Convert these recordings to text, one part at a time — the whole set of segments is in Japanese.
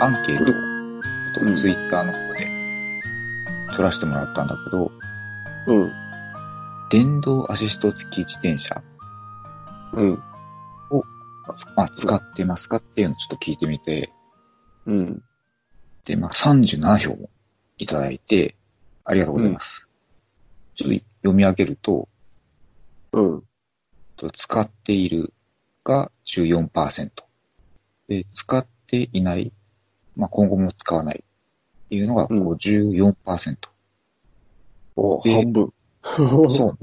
アンケートを、ちょっとツイッターの方で取らせてもらったんだけど、うん。電動アシスト付き自転車、うん。まあ、使ってますかっていうのをちょっと聞いてみて、うん。で、まあ、37票もいただいて、ありがとうございます。ちょっと読み上げると、うん。と使っているが14%。で、使っていない、まあ、今後も使わないっていうのがうん54%。お、で半分。。そうう。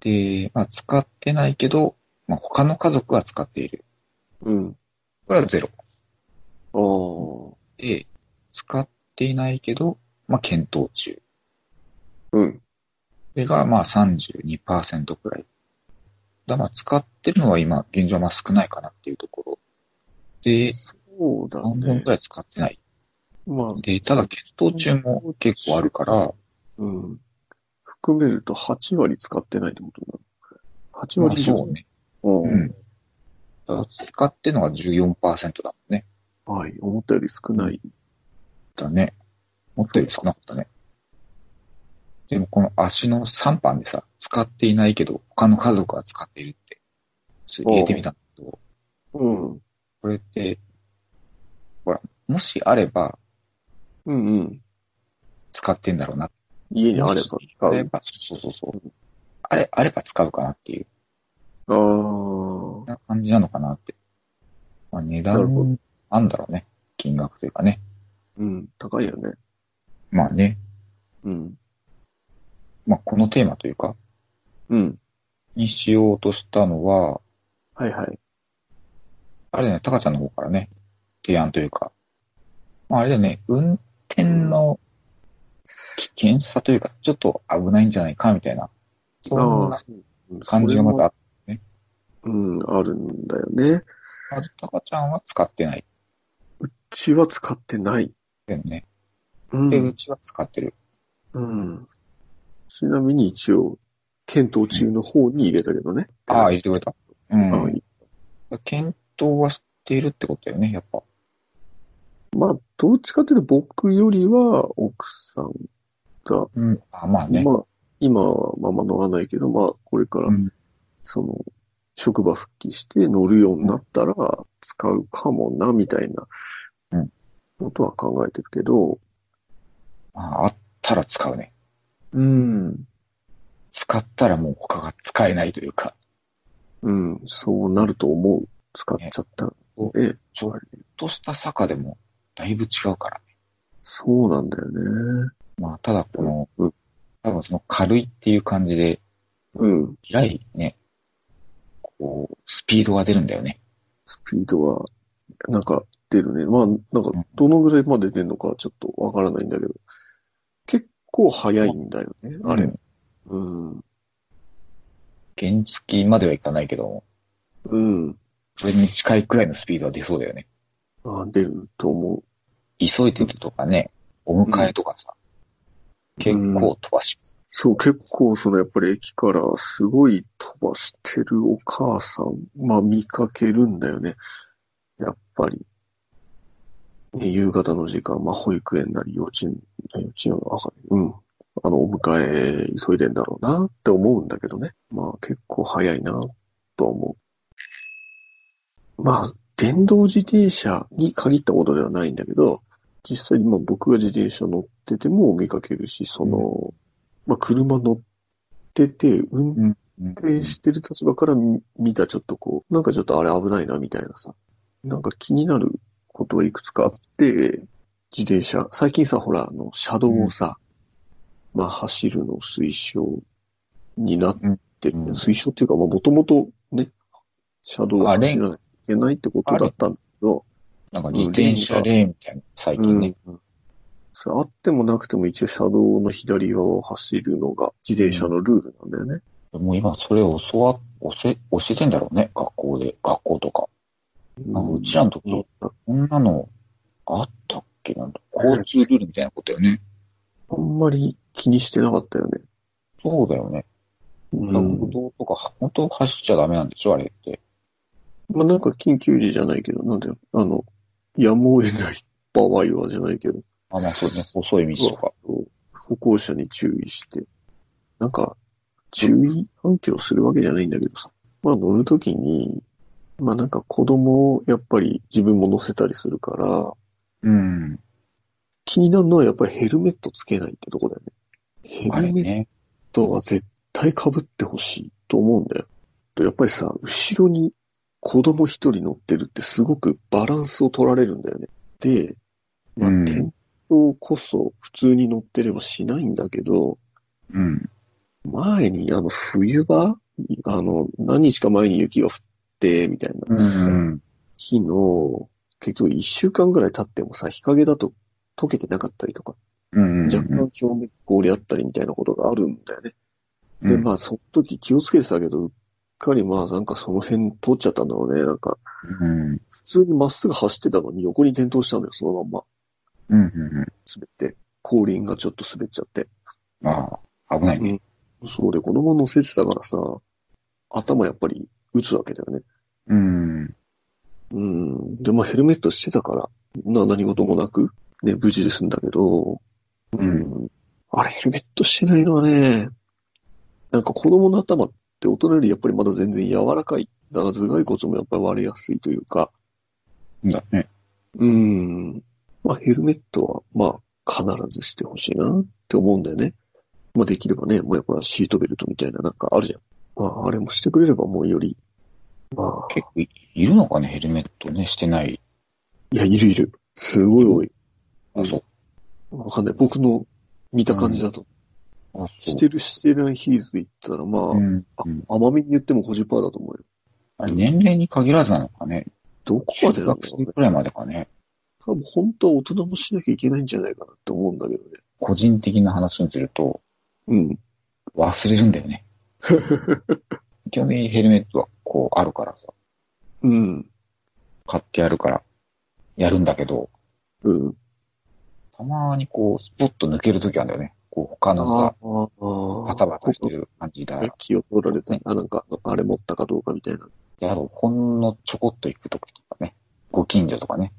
で、まあ、使ってないけど、まあ、他の家族は使っている。 うん。これはゼロ。ああ。で、使っていないけど、まあ、検討中。うん。これが、まあ、32%くらい。だまあ、使ってるのは今、現状はまあ少ないかなっていうところ。で、そうだ半分ねく。らい使ってない。まあ、で、ただ、検討中も結構あるから、うん。含めると8割使ってないってことだ。8まあ割以上。そうね。ううん。使ってるのが14%だもんね。はい。思ったより少ない。だね。もったより少なかったね。でもこの足の3番でさ、使っていないけど、他の家族は使っているって、ちょっと入れてみたんだけど、うん。うんこれって、ほら、もしあればうん。使ってんだろうな。家にあればあ使れう。ば、そうそうそう。あれ、あれば使うかなっていうああ。な感じなのかなって。まあ値なるほ段、あんだろうね。金額というかね。うん。高いよね。まあね。うん。まあこのテーマというか、うん。にしようとしたのは、はいはい。あれだね、タカちゃんの方からね、提案というか、まあ、あれだよね、運転の危険さというか、ちょっと危ないんじゃないかみたいな、そんなうん感じがまたあっうん、あるんだよね。まずタカちゃんは使ってないうちは使ってない。よね。う。で、うんちは使ってる。うん。ちなみに一応、検討中の方に入れたけどね。ああ、入れてくれた。うああん。検討はしているってことだよね、やっぱ。まあ、どっちかというと僕よりは奥さんが、うん。あまあね。まあ、今はまあまあ乗らないけど、まあ、これからうん、その、職場復帰して乗るようになったら使うかもな、みたいなうん、ことは考えてるけど、まあ、あったら使うね。うん。使ったらもう他が使えないというか、うん、そうなると思う。使っちゃったら。え、ちょっとした坂でもだいぶ違うから。そうなんだよね。まあ、ただこの、うん多分その軽いっていう感じで、うん。えらいね、こう、スピードが出るんだよね。スピードは、なんか出るね。まあ、なんか、どのぐらいまで出るのかちょっとわからないんだけど、結構速いんだよね、あれ。うん。原付きまではいかないけども、うん。それに近いくらいのスピードは出そうだよね。あ出ると思急いでるとかね、お迎えとかさ、う。結うん。構飛ばし、そう、結構そのやっぱり駅からすごい飛ばしてるお母さん、まあ見かけるんだよね。やっぱり。ね夕方の時間、まあ保育園なり幼稚園、幼稚園はわかんないうん。あの、お迎え急いでんだろうなって思うんだけどね。まあ結構早いなとは思う。まあ、電動自転車に限ったことではないんだけど、実際にまあ僕が自転車乗ってても見かけるし、その、まあ車乗ってて、運転うん運転してる立場から見見たちょっとこう、なんかちょっとあれ危ないなみたいなさ、なんか気になることがいくつかあって、自転車、最近さ、ほら、あの、車道をさ、まあ走るの推奨になってる、うんうん推奨っていうか、まあもともとね、車道をあレー走ンらなきゃいけないってことだったんだけど、なんか自転車レーンみたいな、最近ね。うんそれあってもなくても一応車道の左側を走るのが自転車のルールなんだよね。もう今それを教わ、教え、教えてんだろうね、学校で、学校とか。なんかうちらの時、こんなのあったっけなんだ交通ルールみたいなことよね。あんまり気にしてなかったよね。そうだよね。う歩ん。道とか、本当走っちゃダメなんでしょあれって。まあ、なんか緊急時じゃないけど、なんだよ。あの、やむを得ないパーワイヤーじゃないけど、あ、まあそうね。細い道とか。そう歩行者に注意して、なんか、注意喚起をするわけじゃないんだけどさ、まあ乗るときに、まあなんか子供をやっぱり自分も乗せたりするから、うん。気になるのはやっぱりヘルメットつけないってとこだよね。あヘルれメッね。トは絶対被ってほしいと思うんだよ。やっぱりさ、後ろに子供一人乗ってるってすごくバランスを取られるんだよね。で、まあ、うん転倒こそ普通に乗ってればしないんだけど、うん。前にあの冬場あの、何日か前に雪が降って、みたいな。うん。木の、結局一週間ぐらい経ってもさ、日陰だと溶けてなかったりとか、うん。若干表面氷あったりみたいなことがあるんだよね。うんで、まあ、その時気をつけてたけど、うっかりまあ、なんかその辺通っちゃったんだろうね。なんか、うん。普通にまっすぐ走ってたのに横に転倒したんだよ、そのまんま。うん。うん。滑って。後輪がちょっと滑っちゃって。うんああ、危ないね。そうで、子供乗せてたからさ、頭やっぱり打つわけだよね。うん。うん。で、まあ、ヘルメットしてたから、な何事もなく、ね、無事で済んだけど、うん。あれ、ヘルメットしてないのはね、なんか子供の頭って大人よりやっぱりまだ全然柔らかい。だから頭蓋骨もやっぱり割れやすいというか、だね。うん。まあ、ヘルメットは、まあ、必ずしてほしいなって思うんだよね。まあ、できればね、もうやっぱシートベルトみたいななんかあるじゃん。まあ、あれもしてくれればもうより、まあ、結構いいるのかね、ヘルメットね、してない。いや、いるいる。すごい多い。あ、そう。わかんない。僕の見た感じだと。あ、そう。してるしてない比率で言ったら、まあ、うん。甘みに言っても50%だと思うよ。あれ年齢に限らずなのかね。どこま中でなん学だろ生うね。くらいまでかね。多分本当は大人もしなきゃいけないんじゃないかなって思うんだけどね。個人的な話にすると、うん。忘れるんだよね。基本的にヘルメットはこうあるからさ、うん。買ってやるから、やるんだけど、うん。たまにこう、スポッと抜けるときあるんだよね。こう、他のあさ、あ、あバタバタしてる感じだ。気を取られたり、あ、なんか、あれ持ったかどうかみたいな。やろう、ほんのちょこっと行くときとかね。ご近所とかね。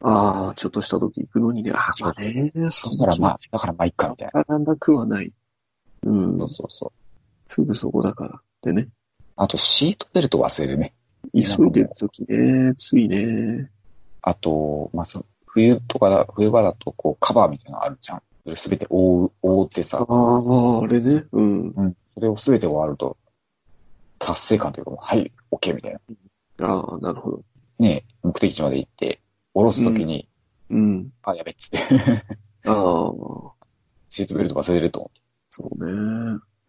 ああ、ちょっとした時行くのにね、あまあね、そそんしたならまあ、だからまあ、いっか、みたいな。あなくはない。うんそう。そうそう。すぐそこだから。でね、あと、シートベルト忘れるね。急いでる時ね、ついね。あと、まあ、そう冬とかだ、冬場だと、こう、カバーみたいなのあるじゃん。それすべて覆う、覆ってあさ、あ、あれね。うん。うん。それをすべて終わると、達成感というか、もうはい、OK みたいな。ああ、なるほど。ねえ目的地まで行って、降ろすときに、うん。あ、やべっつって、ああ、シートベルト忘れると思そうね。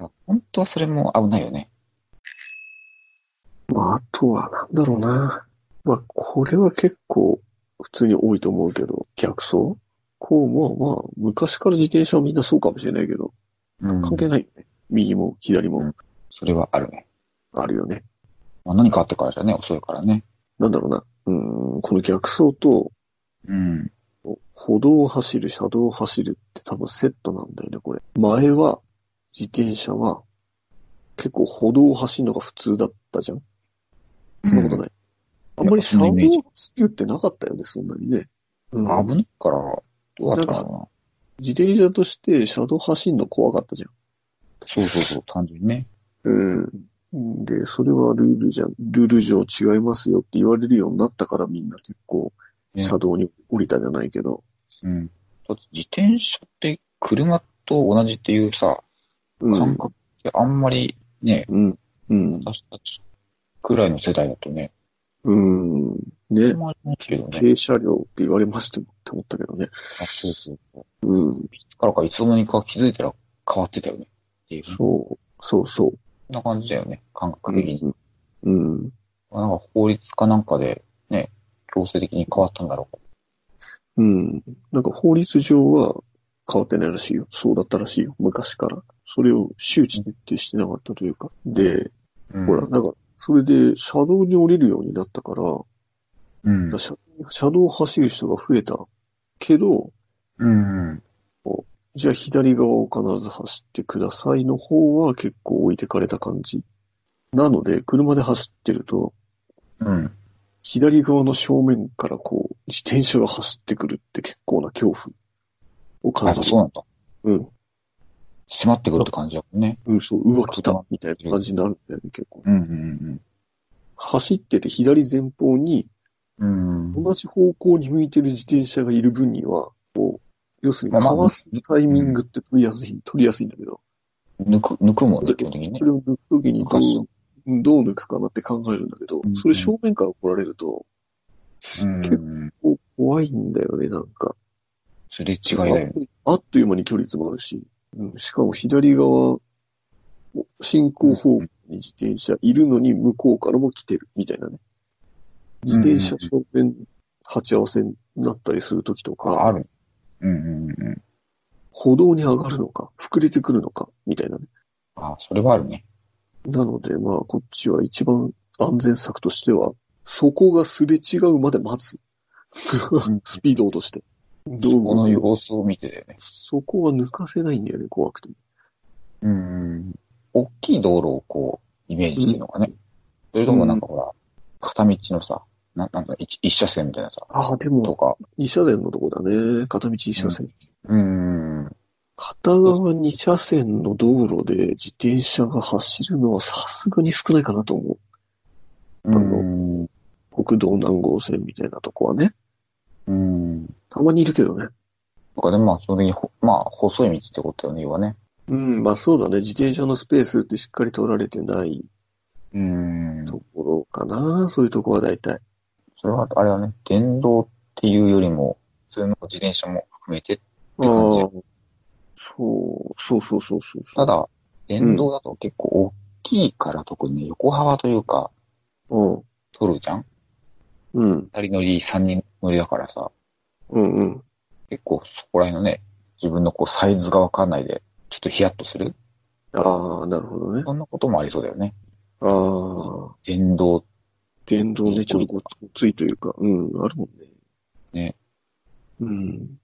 う。本当はそれも危ないよね。まあ、あとはなんだろうな。まあ、これは結構普通に多いと思うけど、逆走こう、まあまあ、昔から自転車はみんなそうかもしれないけど、うん関係ないよね。右も左うんもそれはあるね。あるよね。まあ、何かあってからじゃね、遅いからね。なんだろうな。うーん、この逆走と、うん。歩道を走る、車道を走るって多分セットなんだよね、これ。前は、自転車は、結構歩道を走るのが普通だったじゃん。そんなことない。あんまり車道いやそんなイメージを走るってなかったよね、そんなにね。うん危ないから、どうだったかな。自転車として車道走んの怖かったじゃん。そうそうそう、単純にね。うん。で、それはルールじゃ、ルール上違いますよって言われるようになったからみんな結構ね車道に降りたじゃないけど。うん。だって自転車って車と同じっていうさ、う感ん。覚ってあんまりね、うん。うん。私たちくらいの世代だとね、うん。あねん。まりないけどね。軽車両って言われましてもって思ったけどね。あそうそうそう。うん。いつからかいつの間にか気づいたら変わってたよね。っていう、そそう。そうそんな感じだよね、感う。覚的に。うん。なんか法律かなんかで、ね、強制的に変わったんだろう。うん。なんか法律上は変わってないらしいよ。そうだったらしいよ。昔から。それを周知徹底してなかったというか。で、うんほら、だから、それで車道に降りるようになったから、うん。車車道を走る人が増えたけど、うん。じゃあ左側を必ず走ってくださいの方は結構置いてかれた感じ。なので、車で走ってると、うん。左側の正面からこう、自転車が走ってくるって結構な恐怖を感あ、じる。そうなんだ。うん。迫ってくるって感じだもんね。うん、そう、うわ、来たみたいな感じになるんだよね、結構。うんうん走ってて左前方にうん。うん。同じ方向に向いてる自転車がいる分には、こう、要するにまあまかあわすタイミングって取りやすい、取りやすいんだけど、抜く、抜くもんね、基本的にねそ。れを抜くときにどおかしう、どう抜くかなって考えるんだけどうん、それ正面から来られると、うんう結ん。構怖いんだよね、なんか。すれ違いだよね。あっという間に距離詰まるし、うん、しかも左側、進行方向に自転車いるのに向こうからも来てるみたいなね。自転車正面鉢合わせになったりするときとあ、か、ある。うんうんうんうん。歩道に上がるのか、膨れてくるのか、みたいなね。あ、それはあるね。なので、まあ、こっちは一番安全策としては、そこがすれ違うまで待つ。 スピード落として。どこのうも様子を見てだよね。そこは抜かせないんだよね、怖くて。うん。大きい道路をこう、イメージしてるのかね。それともなんかほら、片道のさ、ななんか一一車線みたいなさ、ああ、でとも、か。二車線のとこだね。片道一車線。うん。うん片側二車線の道路で自転車が走るのはさすがに少ないかなと思うん。う。国道南号線みたいなとこはね。うん。たまにいるけどね。とかでもまあ基本的にほ、まあ細い道ってことよね、要はね。うん、まあそうだね。自転車のスペースってしっかり取られてないうん。ところかな。そういうとこは大体。それは、あれはね、電動っていうよりも、普通の自転車も含めて、ああ感じー、そう、そうそうそうそう。ただ、電動だと結構大きいから特にね横幅というか、うん、取るじゃんうん、二人乗り、三人乗りだからさ、うん、うん。結構そこら辺のね、自分のこうサイズがわかんないで、ちょっとヒヤッとするああ、なるほどね。そんなこともありそうだよね。ああ、電動、電動ね、ちょっとごっついというか、うん、あるもんね。ね。うん。